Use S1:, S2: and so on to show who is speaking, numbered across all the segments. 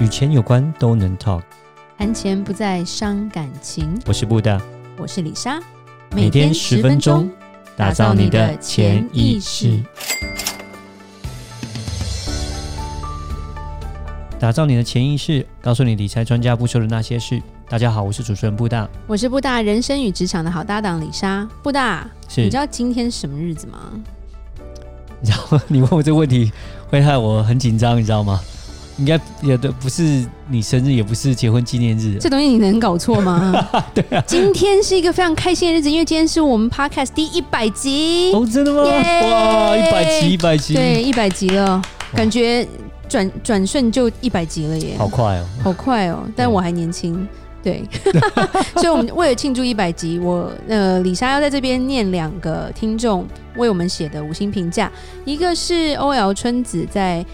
S1: 与钱有关都能 talk。
S2: 谈钱不再伤感情。
S1: 我是布大，
S2: 我是李莎，
S1: 每天十分钟，打造你的潜意识，打造你的潜意识，告诉你理财专家不说的那些事。大家好，我是主持人布大，
S2: 我是布大人生与职场的好搭档李莎。布大，
S1: 是
S2: 你知道今天是什么日子吗？
S1: 你知道吗？ 你问我这个问题，会害我很紧张，你知道吗？应该也的不是你生日，也不是结婚纪念日，
S2: 这东西你能搞 错吗？对啊，今天是一个非常开心的日子，因为今天是我们 podcast 第一百集，
S1: 哦，真的吗？
S2: 耶
S1: 哇，一百集，一百集，
S2: 对，一百集了，感觉转转瞬就一百集了耶，
S1: 好快哦！
S2: 好快哦！但我还年轻，对， 所以我们为了庆祝一百集，我呃李莎要在这边念两个听众为我们写的五星评价，一个是 OL 春子在。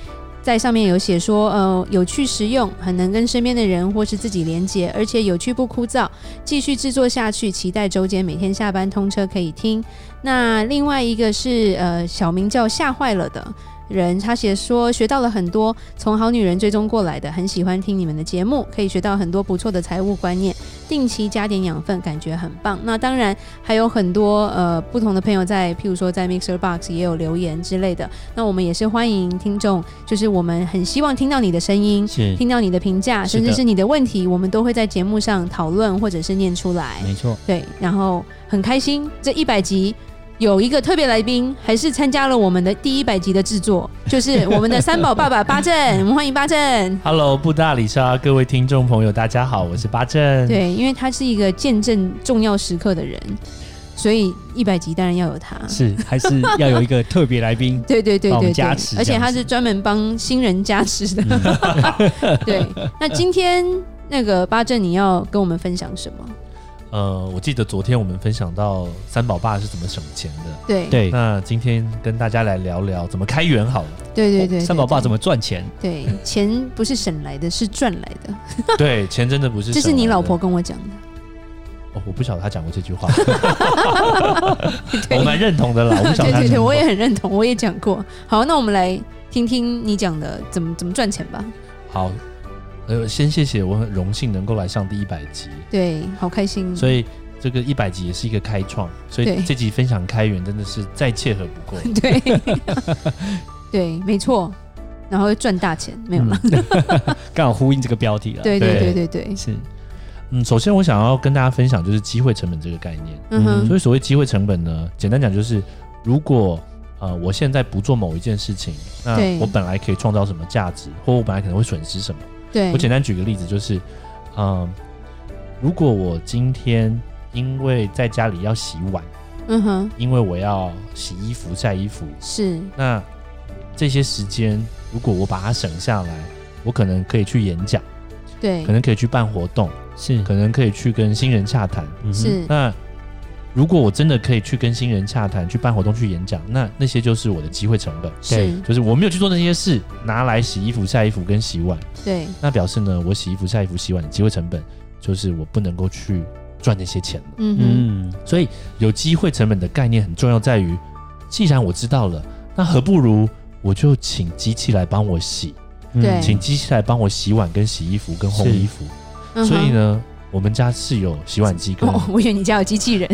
S2: 在上面有写说，呃，有趣实用，很能跟身边的人或是自己连接，而且有趣不枯燥，继续制作下去，期待周间每天下班通车可以听。那另外一个是呃，小名叫吓坏了的人，他写说学到了很多，从好女人追踪过来的，很喜欢听你们的节目，可以学到很多不错的财务观念，定期加点养分，感觉很棒。那当然还有很多呃不同的朋友在，譬如说在 Mixer Box 也有留言之类的。那我们也是欢迎听众，就是我们很希望听到你的声音。
S1: 是，
S2: 听到你的评价，
S1: 嗯是
S2: 甚
S1: 的
S2: 至是你的问题，我们都会在节目上讨论或者是念出来。
S1: 没错，
S2: 对，然后很开心，这一百集有一个特别来宾，还是参加了我们的第一百集的制作， 就是我们的三宝爸爸八正，我们欢迎八正。
S1: 嗯
S3: Hello，布大里莎，各位听众朋友，大家好，我是八正。，
S2: 对，因为他是一个见证重要时刻的人，所以一百集当然要有他。，
S1: 是还是要有一个特别来宾
S2: 对对对
S1: 帮我
S2: 对
S1: 们
S2: 对
S1: 加持，
S2: 而
S1: 这
S2: 且
S1: 样
S2: 他
S1: 子
S2: 是专门帮新人加持的。 对，那今天那个八正，你要跟我们分享什么？
S3: 呃，我记得昨天我们分享到三宝爸是怎么省钱的，
S2: 对对
S1: 对，
S3: 那今天跟大家来聊聊怎么开源好了。
S2: 对对对，
S1: 三宝爸怎
S2: 么？
S1: 么赚钱？
S2: 对，钱不是省来的，是赚来的。
S3: 对，钱真的不是
S2: 这是
S3: 省
S2: 你
S3: 来
S2: 老
S3: 的
S2: 婆、跟我讲的。
S3: 哦，我不晓得他讲过这句话，
S2: 对
S3: 我蛮认同的啦，我不 晓
S2: 对
S3: 得他
S2: 对
S3: 讲
S2: 对，
S3: 过
S2: 我也很认同，我也讲过。好，那我们来听听你讲的怎么怎么赚钱吧。
S3: 好。呃，先谢谢，我很荣幸能够来上第一百集，
S2: 对，好开心。
S3: 所以这个一百集也是一个开创，所
S2: 对
S3: 以这集分享开源真的是再切合不过。
S2: 对 对，没错。然后赚大钱，没有了。
S1: 嗯刚好呼应这个标题了。
S2: 对对对
S3: 对
S2: 对对，
S1: 是
S3: 嗯，首先我想要跟大家分享就是机会成本这个概念。
S2: 嗯哼，
S3: 所以所谓机会成本呢，简单讲就是，如果呃我现在不做某一件事情，那
S2: 对
S3: 我本来可以创造什么价值，或我本来可能会损失什么。
S2: 对
S3: 我，简单举个例子，就是，嗯、如果我今天因为在家里要洗碗，
S2: 嗯哼，
S3: 因为我要洗衣服、晒衣服，
S2: 是，
S3: 那这些时间如果我把它省下来，我可能可以去演讲，
S2: 对
S3: 可，能可以去办活动，
S1: 是
S3: 可能可以去跟新人洽谈。
S1: 嗯哼
S2: 是，
S3: 那如果我真的可以去跟新人洽谈、去办活动、去演讲，那那些就是我的机会成本。
S2: 是，
S3: 就是我没有去做那些事，拿来洗衣服、晒衣服跟洗碗，
S2: 对，
S3: 那表示呢，我洗衣服、晒衣服、洗碗的机会成本就是我不能够去赚那些钱了。
S2: 嗯哼，
S1: 嗯，
S3: 所以有机会成本的概念很重要，在于既然我知道了，那何不如我就请机器来帮我洗，
S1: 嗯
S2: 对
S3: 请机器来帮我洗碗、跟洗衣服、跟烘
S1: 是
S3: 衣服。
S2: 嗯哼
S3: 所以，呢，我们家是有洗碗机跟
S2: 哦，我以为你家有机器人。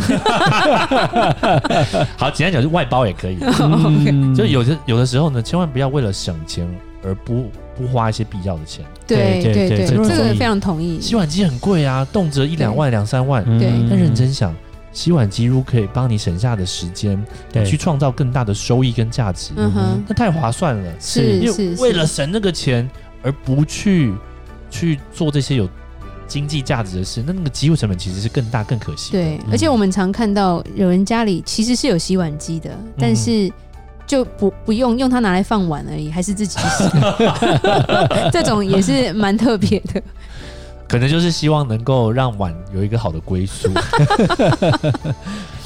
S3: 好，简单讲，就是外包也 可以。
S2: 哦
S1: 嗯
S3: 就有的有的时候呢，千万不要为了省钱而不不花一些必要的钱。
S2: 对
S1: 对
S2: 对
S1: 对
S2: 对，
S1: 这
S2: 这
S1: 个
S2: 个
S1: 同意
S2: 非常同意。
S3: 洗碗机很贵啊，动辄一两万、两三万。
S1: 嗯
S2: 对
S3: 但认真想，洗碗机如果可以帮你省下的时间，
S1: 对
S3: 去创造更大的收益跟价值，
S2: 嗯哼，
S3: 那太划算了。
S2: 是
S3: 因为
S2: 是
S3: 为
S2: 是
S3: 了省那个钱而不去去做这些有经济价值的事，那那个机会成本其实是更大、更可惜的。
S2: 对，而且我们常看到有人家里其实是有洗碗机的，
S3: 嗯
S2: 但是就不不用，用它拿来放碗而已，还是自己 洗。这种也是蛮特别的。
S3: 可能就是希望能够让碗有一个好的归宿。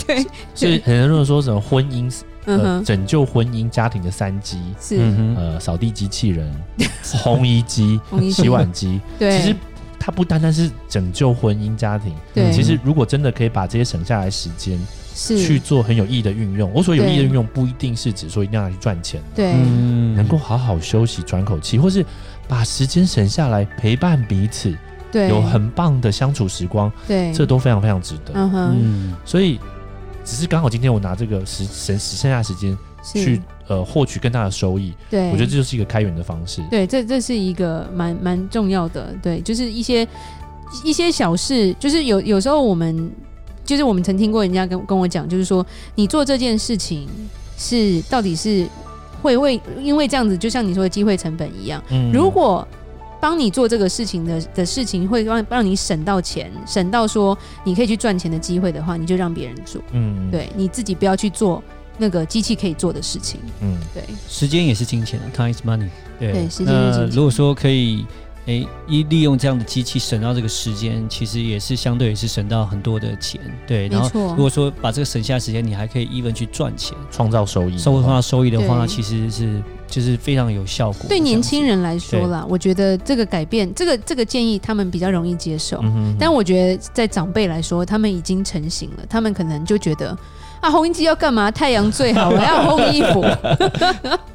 S2: 对，
S3: 所以很多人说什么婚姻
S2: 嗯
S3: 呃
S2: 哼，
S3: 拯救婚姻家庭的三机，
S2: 是
S1: 嗯哼，
S3: 呃，扫地机器人、 烘衣 机、
S2: 同意
S3: 洗碗机，
S2: 对，
S3: 其实。它不单单是拯救婚姻家庭，
S2: 对
S3: 其实如果真的可以把这些省下来时间
S2: 是
S3: 去做很有意义的运用，我所有意义的
S2: 对
S3: 运用不一定是指说一定要拿去赚钱，
S2: 对
S1: 嗯
S3: 能够好好休息、喘口气，或是把时间省下来陪伴彼此，
S2: 对，
S3: 有很棒的相处时光，
S2: 对，
S3: 这都非常非常值得。
S2: 嗯哼，
S1: 嗯，
S3: 所以，只是刚好今天我拿这个时省剩下的时间
S2: 是
S3: 去呃获取更大的收益，
S2: 对，
S3: 我觉得这就是一个开源的方式。
S2: 对，这这是一个蛮蛮重要的，对，就是一些一些小事，就是有有时候我们就是我们曾听过人家跟跟我讲，就是说你做这件事情是到底是会为因为这样子，就像你说的机会成本一样，
S3: 嗯
S2: 如果帮你做这个事情的的事情会让让你省到钱，省到说你可以去赚钱的机会的话，你就让别人做，
S3: 嗯，
S2: 对你自己不要去做那个机器可以做的事情，
S3: 嗯，
S2: 对，
S1: 时间也是金钱啊，time is money。
S2: 对时间是
S1: 那
S2: 金钱
S1: 如果说可以，诶，一利用这样的机器省到这个时间，其实也是相对也是省到很多的钱。对，然
S2: 没
S1: 后
S2: 错
S1: 如，果说把这个省下的时间，你还可以 even 去赚钱，
S3: 创造收益，
S1: 收获到收益的话，
S2: 嗯对
S1: 其实是就是非常有效果。
S2: 对年轻
S1: 人。
S2: 人来说啦，我觉得这个改变，这个这个建议他们比较容易接受。
S3: 嗯哼，
S2: 但我觉得在长辈来说，他们已经成型了，他们可能就觉得啊，红衣机要干嘛？太阳最好了，要烘衣服。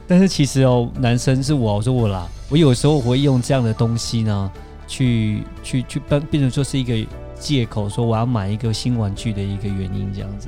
S1: 但是其实哦，男生是我，我说我啦，我有时候会用这样的东西呢，去去去变变成说是一个借口，说我要买一个新玩具的一个原因，这样子。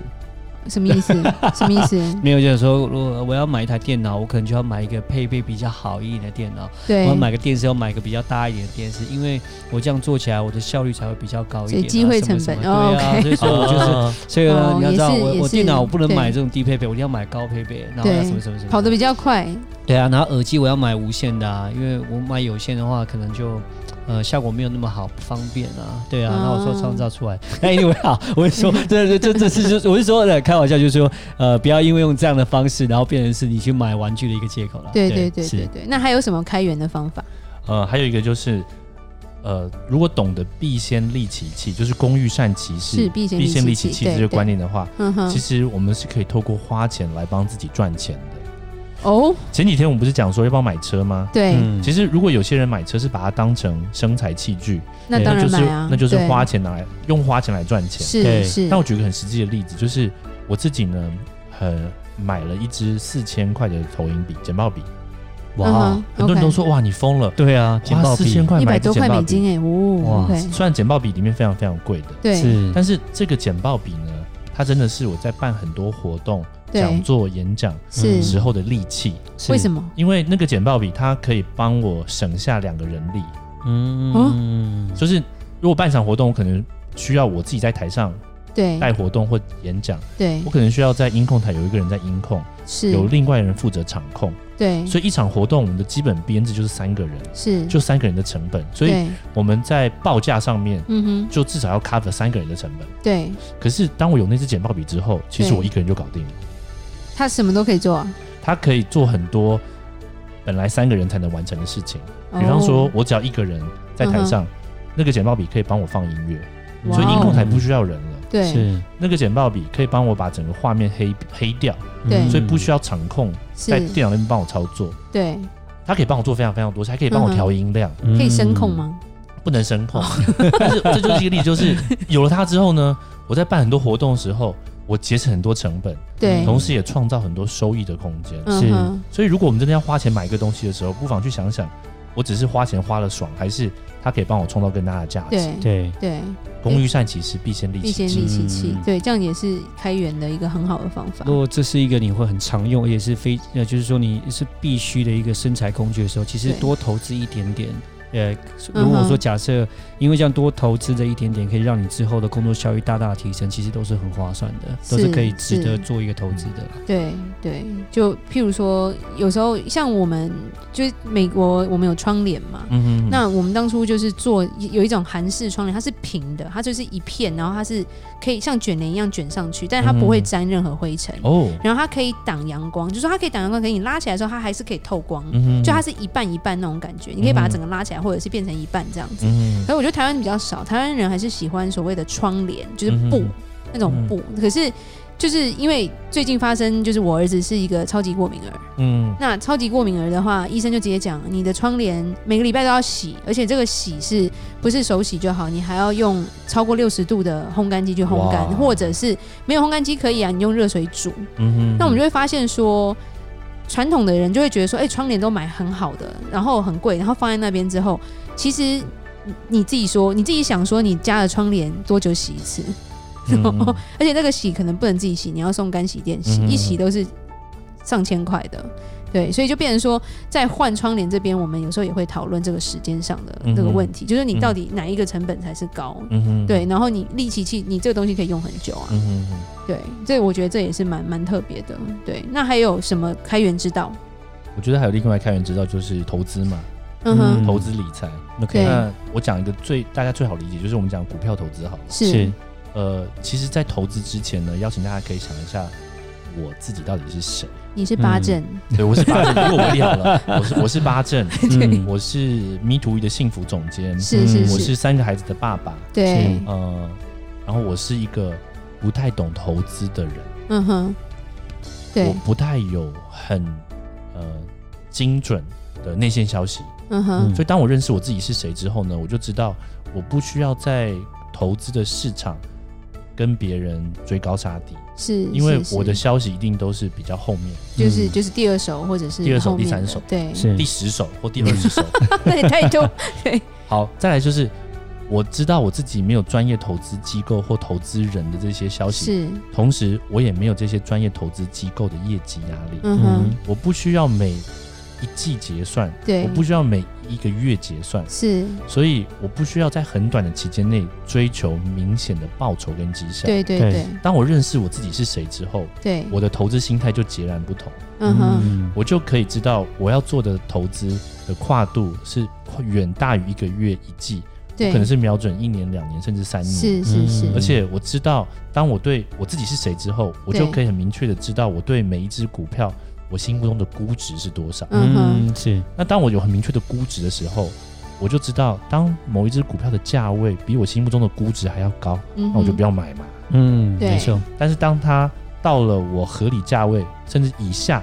S2: 什么意思？什么意 思？
S1: 没有就是说，如果我要买一台电脑，我可能就要买一个配备比较好一点的电脑，我
S2: 对
S1: 要，买个电视，要买个比较大一点的电视，因为我这样做起来，我的效率才会比较高一点、啊。
S2: 所以机会成本
S1: 什么什么对啊，
S2: 哦，OK
S1: 所以说我就是，
S3: 啊
S1: 所以呢
S2: 哦，
S1: 你要知道，
S2: 也是
S1: 我
S2: 也
S1: 我
S2: 是
S1: 电脑我不能
S2: 对
S1: 买这种低配备，我一定要买高配备，然后要
S2: 对
S1: 什么什么什么
S2: 跑得比较快。
S1: 对啊，然后耳机我要买无线的啊，因为我买有线的话，可能就呃效果没有那么好，不方便啊。对啊，
S2: 嗯
S1: 那、我说创造出来， 那因为啊，我是说， 这这这这是就是我是说的开玩笑，就是说呃不要因为用这样的方式，然后变成是你去买玩具的一个借口了。
S2: 对对对
S1: 是
S2: 对对。那还有什么开源的方法？
S3: 呃，还有一个就是，呃，如果懂得必先利其器，就是工欲善其
S2: 是
S3: 事，
S2: 避险
S3: 必先利其器
S2: 对
S3: 这个
S2: 对
S3: 观念的话，
S2: 嗯哼
S3: 其，实我们是可以透过花钱来帮自己赚钱的。
S2: 哦，
S3: 前几天我们不是讲说要不要买车吗？
S2: 对，
S1: 嗯，
S3: 其实如果有些人买车是把它当成生财器具，
S2: 那
S1: 对
S2: 当
S3: 那就
S2: 然
S3: 是
S2: 买啊，
S3: 那就是
S2: 对
S3: 花钱拿来用花钱来赚钱。
S1: 对
S2: 是是
S3: 那，我举个很实际的例子，就是我自己呢，呃，买了一支四千块的投影笔、剪报笔，
S1: 哇，
S2: 嗯哼
S3: 很多人都
S2: OK
S3: 说哇你疯了，
S1: 对啊，剪
S3: 花
S1: 报
S3: 四
S1: 币
S3: 千块
S2: 一
S3: 买
S2: 百
S3: 一支
S2: 多
S3: 剪
S2: 块
S3: 报
S2: 美
S3: 笔
S2: 金，哎，哦
S1: 哇
S2: ，OK，
S3: 虽然剪报笔里面非常非常贵的，
S2: 对
S1: 是，
S3: 但是这个剪报笔呢，它真的是我在办很多活动、讲
S2: 对
S3: 座、演讲
S2: 是
S1: 嗯
S3: 时候的利器，
S1: 是
S2: 为什？么？
S3: 因为那个剪报笔它可以帮我省下两个人力，
S2: 哦
S1: 嗯，
S3: 就是如果办场活动，我可能需要我自己在台上
S2: 对
S3: 带活动或演讲，
S2: 对
S3: 我可能需要在音控台有一个人在音控，
S2: 是
S3: 有另外人负责场控，
S2: 对
S3: 所以一场活动我们的基本编制就是三个人，
S2: 是
S3: 就三个人的成本，所以
S2: 嗯对
S3: 我们在报价上面
S2: 嗯哼
S3: 就至少要 cover 三个人的成本。
S2: 对，
S3: 可是当我有那支剪报笔之后，其实
S2: 对
S3: 我一个人就搞定了。
S2: 他什么都可以做啊。
S3: 它可以做很多本来三个人才能完成的事情，比方
S2: 哦嗯
S3: 说，我只要一个人在台上，那个剪报笔可以帮我放音乐，所以音控台不需要人了。
S2: 哦对
S1: 是，
S3: 那个剪报笔可以帮我把整个画面黑黑掉，
S2: 对
S1: 嗯
S3: 所以不需要场控在
S2: 是，
S3: 电脑那边帮我操作，
S2: 对，
S3: 它可以帮我做非常非常多事，还可以帮我调音量，
S2: 可以声控？吗？
S3: 不能声
S2: 嗯
S3: 控。 但是这就是一个例子，就是有了它之后呢，我在办很多活动的时候，我节省很多成本，
S2: 对，
S3: 同时也创造很多收益的空间。
S1: 是
S2: 嗯哼，
S3: 所以，如果我们真的要花钱买一个东西的时候，不妨去想想，我只是花钱花了爽，还是它可以帮我创造更大的价值？
S2: 对
S1: 嗯对，
S2: 对，
S3: 工欲善其事，必先利
S2: 避
S3: 其
S2: 嫌
S3: 器。
S2: 利其器
S1: 嗯，
S2: 对，这样也是开源的一个很好的方法
S1: 如。果这是一个你会很常用，也是非呃，就是说你是必须的一个身材工具的时候，其实
S2: 对
S1: 多投资一点点。呃，
S2: 嗯哼
S1: 如果说假设因为这样多投资这一点点，可以让你之后的工作效率大大提升，其实都是很划算的，都是
S2: 是
S1: 可以值得
S2: 是
S1: 做一个投资的啦。
S2: 对对，就譬如说，有时候像我们就是美国，我们有窗帘嘛，
S3: 嗯哼，
S2: 那我们当初就是做有一种韩式窗帘，它是平的，它就是一片，然后它是可以像卷帘一样卷上去，但是它不会沾任何灰尘，
S3: 哦，
S2: 然后它可以挡阳光，就说它可以挡阳光，可以你拉起来的时候它还是可以透光，
S3: 嗯哼
S2: 就它，是一半一半那种感觉，你可以把它整个拉起来，或者是变成一半这样子。
S3: 嗯
S2: 可是我觉得台湾比较少，台湾人还是喜欢所谓的窗帘，就是布、
S3: 嗯
S2: 那种布，可是。就是因为最近发生，就是我儿子是一个超级过敏儿，
S3: 嗯
S2: 那超级过敏儿的话，医生就直接讲，你的窗帘每个礼拜都要洗，而且这个洗是不是手洗就好，你还要用超过六十度的烘干机去烘干
S3: 哇，
S2: 或者是没有烘干机可以啊，你用热水煮。
S3: 嗯哼
S2: 那我们就会发现说，传统的人就会觉得说，哎、窗帘都买很好的，然后很贵，然后放在那边之后，其实你你自己说，你自己想说，你家的窗帘多久洗一次？
S3: 嗯嗯嗯
S2: 而且那个洗可能不能自己洗，你要送干洗店洗，
S3: 嗯
S2: 一洗都是上千块的。对，所以就变成说，在换窗帘这边，我们有时候也会讨论这个时间上的这个问题，就是你到底哪一个成本才是高？
S3: 嗯哼，
S2: 对，然后你立起器，你这个东西可以用很久啊。
S3: 嗯哼哼。
S2: 对，这我觉得这也是蛮蛮特别的。对，那还有什么开源之道？
S3: 我觉得还有另外开源之道就是投资嘛，
S2: 嗯哼，
S1: 嗯
S3: 投资理财。
S1: OK，
S2: 对
S3: 那我讲一个最大家最好理解，就是我们讲股票投资好了。
S2: 是，
S3: 呃，其实，在投资之前呢，邀请大家可以想一下我自己到底是谁。
S2: 你是八阵，
S3: 对，我是 八正，如果我聊了，我是我是八正，
S1: 嗯
S3: 我是迷途 o 的幸福总监，
S2: 是是
S1: 嗯
S3: 我
S2: 是，
S3: 是三个孩子的爸爸，
S2: 对，
S3: 呃，然后我是一个不太懂投资的人，
S2: 嗯哼，
S3: 我
S2: 对，
S3: 不太有很呃精准的内线消息，
S2: 嗯哼，
S1: 嗯
S3: 所以当我认识我自己是谁之后呢，我就知道我不需要在投资的市场跟别人追高杀低，
S2: 是，
S3: 因为
S2: 是是
S3: 我的消息一定都是比较后面
S2: 就是
S1: 嗯
S2: 就是第二首或者是
S3: 第二首
S2: 后面
S3: 第三
S2: 的
S3: 首
S2: 对，
S1: 是
S3: 第十手或第二十手。
S2: 那也太多，对，
S3: 好，再来就是我知道我自己没有专业投资机构或投资人的这些消息，
S2: 是，
S3: 同时我也没有这些专业投资机构的业绩压力，
S2: 嗯哼，
S3: 我不需要每一季结算，
S2: 对
S3: 我，不需要每一个月结算，
S2: 是，
S3: 所以我不需要在很短的期间内追求明显的报酬跟绩效。
S2: 对对
S1: 对
S2: 对
S3: 当我认识我自己是谁之后，
S2: 对，
S3: 我的投资心态就截然不同，
S2: 嗯哼，
S3: 我就可以知道我要做的投资的跨度是远大于一个月一季，
S2: 对，
S3: 可能是瞄准一年、两年甚至三年。
S2: 是是
S1: 嗯
S2: 是
S3: 而，且我知道，当我对我自己是谁之后，我就
S2: 对
S3: 可以很明确的知道我对每一只股票我心目中的估值是多少。
S2: 嗯哼，
S1: 嗯是
S3: 那当我有很明确的估值的时候，我就知道，当某一只股票的价位比我心目中的估值还要高，
S2: 那
S3: 那我就不要买嘛。
S1: 嗯
S2: 对
S1: 没错
S3: 但是当它到了我合理价位甚至以下，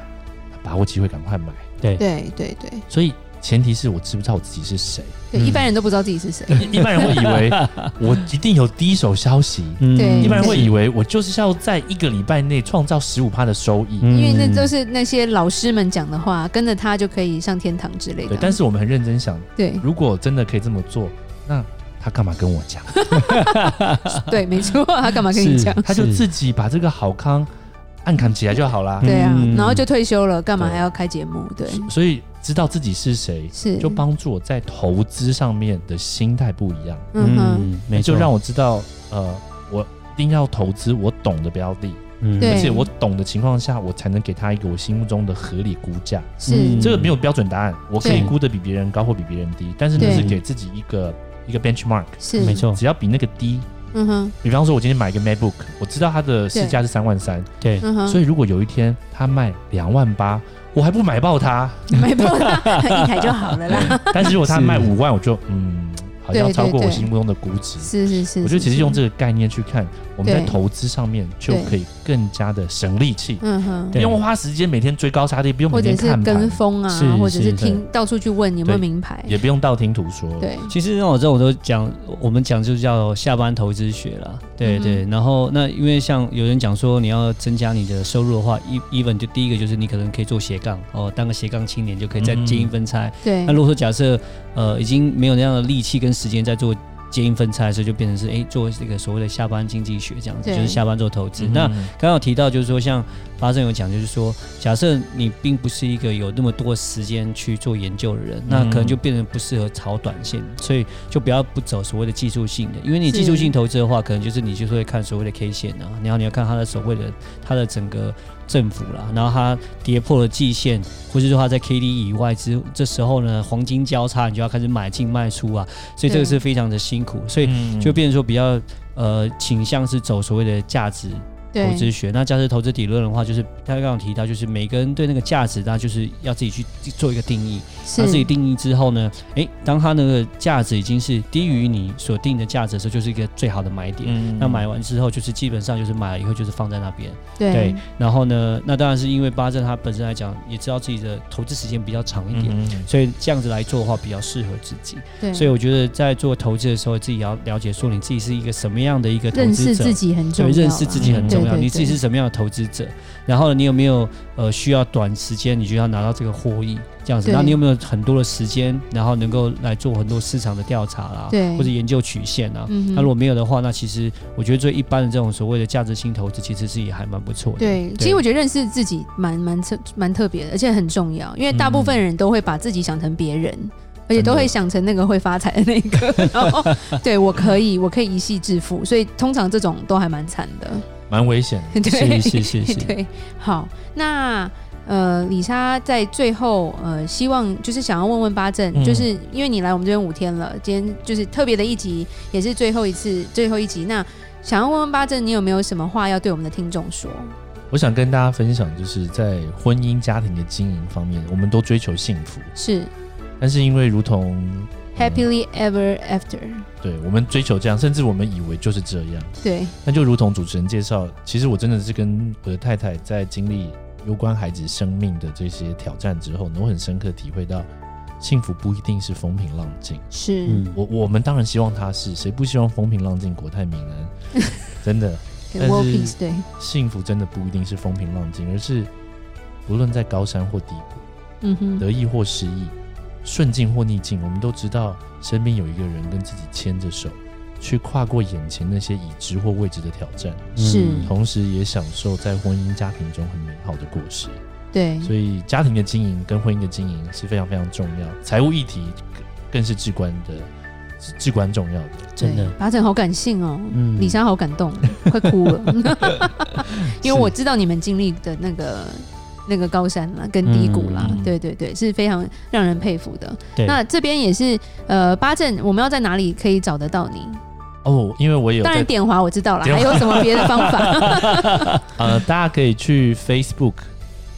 S3: 把握机会赶快买。
S2: 对对对
S3: 所以前提是我知不知道我自己是谁。
S2: 对，
S1: 嗯
S2: 一般人都不知道自己是谁，
S3: 一一般人会以 为我一定有第一手消息，
S1: 嗯
S2: 对
S3: 一般人会以为我就是要在一个礼拜内创造十五趴的收益。
S1: 嗯
S2: 因为那都是那些老师们讲的话，跟着他就可以上天堂之类
S3: 对
S2: 的，，
S3: 但是我们很认真想，
S2: 对
S3: 如果真的可以这么做，那他干嘛跟我讲？
S2: 对，没错，他干嘛跟你
S1: 是
S2: 讲？
S3: 他就是自己把这个好康暗扛起来就好啦。
S2: 对啊
S1: 嗯，
S2: 然后就退休了，干嘛
S3: 对
S2: 还要开节目？对，
S3: 所以知道自己是谁，
S2: 是，
S3: 就帮助我在投资上面的心态不一样，
S2: 嗯哼，
S1: 没错，
S3: 就让我知道，呃，我一定要投资我懂的标的，
S1: 嗯
S2: 对
S3: 而且我懂的情况下，我才能给他一个我心目中的合理估价。
S2: 是
S1: 嗯，
S3: 这个没有标准答案，我可以
S2: 对
S3: 估的比别人高或比别人低，但是那
S2: 对
S3: 是给自己一个一个 benchmark，
S2: 是，
S1: 没，错
S3: 只要比那个低。
S2: 嗯哼，
S3: 比方说，我今天买一个 MacBook，我知道它的市价是三万三，
S1: 对
S2: 嗯哼，
S3: 所以如果有一天它卖两万八，我还不买 爆它。
S2: 买不到 一台就好了啦。
S3: 但是如果它卖
S1: 是
S3: 五万，我就嗯，好像
S2: 对
S3: 超过
S2: 对
S3: 我
S2: 对
S3: 心目中的估值。
S2: 是是是，
S3: 我觉得其实
S2: 是
S3: 用，这个概念去看，我们在
S2: 对
S3: 投资上面就可以更加的省力气，
S2: 嗯哼
S3: 不，
S1: 对
S3: 用花时间每天追高杀低，不用
S2: 或
S3: 每
S2: 者
S3: 天
S2: 是
S3: 看
S2: 跟
S3: 盘，
S2: 风
S1: 是
S2: 啊，或者
S1: 是
S2: 是听到处去问有没有名牌，
S3: 也不用道听途说。
S2: 对，
S1: 其实那我这种都讲，我们讲就叫下班投资学啦，对
S2: 嗯哼
S1: 对。然后那因为像有人讲说，你要增加你的收入的话，e even 就第一个就是你可能可以做斜杠哦，当个斜杠青年就可以再
S3: 嗯
S1: 接一分差。
S2: 对
S1: 那，如果说假设呃已经没有那样的力气跟时间在做接一分差的时候，就变成是哎做这个所谓的下班经济学这样子，
S2: 对
S1: 就是下班做投资。
S3: 嗯，
S1: 那刚刚有提到，就是说像发生有讲，就是说，假设你并不是一个有那么多时间去做研究的人，那可能就变成不适合炒短线，所以就不要不走所谓的技术性的，因为你
S2: 是
S1: 技术性投资的话，可能就是你就是会看所谓的 K 线啊，然后你要看它的所谓的它的整个振幅啦，然后它跌破了季线，或是说它在 K D 以外之，这时候呢黄金交叉，你就要开始买进卖出啊，所以这个
S2: 对
S1: 是非常的辛苦，所以
S3: 嗯
S1: 就变成说比较呃倾向是走所谓的价值投
S2: 对，
S1: 资学。那价值投资理论的话，就是他刚刚有提到，就是每个人对那个价值，他就是要自己去做一个定义。他
S2: 是
S1: 自己定义之后呢，诶，当他那个价值已经是低于你所定的价值的时候，就是一个最好的买点。
S3: 嗯
S1: 那买完之后，就是基本上就是买了以后就是放在那边。
S2: 对
S1: 对，然后呢，那当然是因为巴正他本身来讲，也知道自己的投资时间比较长一点，
S3: 嗯嗯
S1: 所以这样子来做的话比较适合自己。
S2: 对，
S1: 所以我觉得在做投资的时候，自己要了解说你自己是一个什么样的一个投
S2: 认
S1: 资
S2: 识
S1: 者
S2: 自。己很
S1: 对，
S2: 重要啦，
S1: 认识自己很重重要，
S2: 对对
S1: 你自己是什么样的投资者，然后你有没有呃需要短时间你就要拿到这个获益这样子，
S2: 对
S1: 然后你有没有很多的时间，然后能够来做很多市场的调查啦，
S2: 对
S1: 或者研究曲线啊。
S2: 嗯哼
S1: 那如果没有的话，那其实我觉得最一般的这种所谓的价值型投资，其实是也还蛮不错的。
S2: 对，其实我觉得认识自己蛮蛮特蛮特别的，而且很重要，因为大部
S1: 嗯
S2: 分人都会把自己想成别人。而且都会想成那个会发财的那个， 然后对我可以，我可以一夕致富，所以通常这种都还蛮惨的。
S3: 蛮危险的。
S2: 对，
S1: 是是是是
S2: 对，好，那呃，李莎在最后呃，希望就是想要问问八正，
S3: 嗯
S2: 就是因为你来我们这边五天了，今天就是特别的一集，也是最后一次，最后一集。那想要问问八正，你有没有什么话要对我们的听众说？
S3: 我想跟大家分享，就是在婚姻家庭的经营方面，我们都追求幸福，
S2: 是
S3: 但是因为如同、呃
S2: happily ever after，
S3: 对我们追求这样，甚至我们以为就是这样，
S2: 对，
S3: 那就如同主持人介绍，其实我真的是跟我的太太在经历有关孩子生命的这些挑战之后呢，我很深刻体会到，幸福不一定是风平浪静。
S2: 是，
S1: 嗯，
S3: 我我们当然希望它是，谁不希望风平浪静、国泰民安？真的，
S2: 对
S3: 但
S2: world
S3: 是
S2: peace，对，
S3: 幸福真的不一定是风平浪静，而是无论在高山或低谷，
S2: 嗯哼，
S3: 得意或失意，顺境或逆境，我们都知道身边有一个人跟自己牵着手，去跨过眼前那些已知或未知的挑战。
S1: 嗯
S2: 是
S3: 同时也享受在婚姻家庭中很美好的果实。
S2: 对，
S3: 所以家庭的经营跟婚姻的经营是非常非常重要，财务议题更更是至关的，是至关重要的。
S1: 真的
S2: 对八正好感性哦，
S1: 嗯
S2: 李莎好感 动，快哭了，因为我知道你们经历的那个那个高山啦，跟低谷啦，
S3: 嗯嗯嗯
S2: 对对对，是非常让人佩服的。
S1: 对
S2: 那这边也是呃，八正，我们要在哪里可以找得到你？
S3: 哦，因为我也有
S2: 当然
S3: 在
S2: 点华我知道了，
S3: 点
S2: 还
S3: 华
S2: 有什么别的方 法？
S3: 呃，大家可以去 Facebook。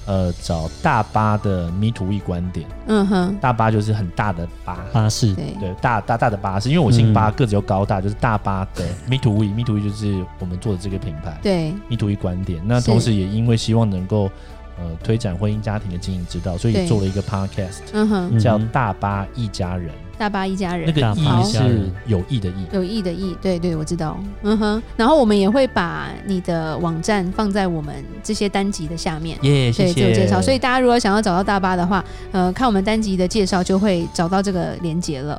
S3: 呃，找大巴的迷途一观点，
S2: 嗯哼，
S3: 大巴就是很大的巴，
S1: 巴士
S2: 对，
S3: 对，大大大的巴是因为我姓巴，
S1: 嗯
S3: 个子又高大，就是大巴的迷途一，迷途一就是我们做的这个品牌，
S2: 对
S3: 一图一观点。那
S2: 是
S3: 同时也因为希望能够呃推展婚姻家庭的经营之道，所以
S2: 对
S3: 也做了一个 podcast，
S2: 嗯哼，
S1: 嗯
S3: 叫“大巴一家人”
S2: 大巴一家人
S3: 那。个
S1: 大
S3: “
S1: 巴
S3: 意”
S1: 一家
S3: 是
S1: 人
S3: 有意的“意
S2: 有意的意，对对，我知道，嗯哼。然后我们也会把你的网站放在我们这些单集的下面”。。
S3: 耶，
S2: 对，
S3: 谢
S2: 自我
S3: 谢。
S2: 介绍。所以大家如果想要找到大巴的话，呃，看我们单集的介绍就会找到这个连接了。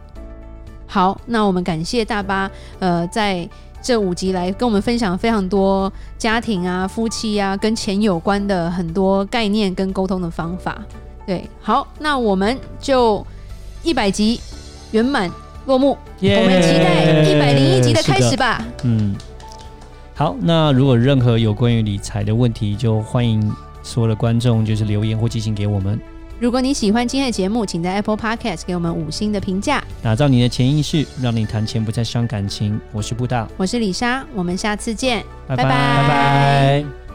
S2: 好，那我们感谢大巴，呃，在这五集来跟我们分享非常多家庭啊、夫妻啊跟钱有关的很多概念跟沟通的方法。对，好，那我们就一百集圆满落幕。
S1: 耶
S2: 我们期待一百零一集的开始。吧。
S1: 嗯，好，那如果任何有关于理财的问题，就欢迎所有的观众就是留言或寄信给我们。
S2: 如果你喜欢今天的节目，请在 Apple Podcast 给我们五星的评价。
S1: 打造你的潜意识，让你谈钱不再伤感情。我是布大，
S2: 我是李莎，我们下次见。
S1: 拜
S2: 拜拜
S1: 拜拜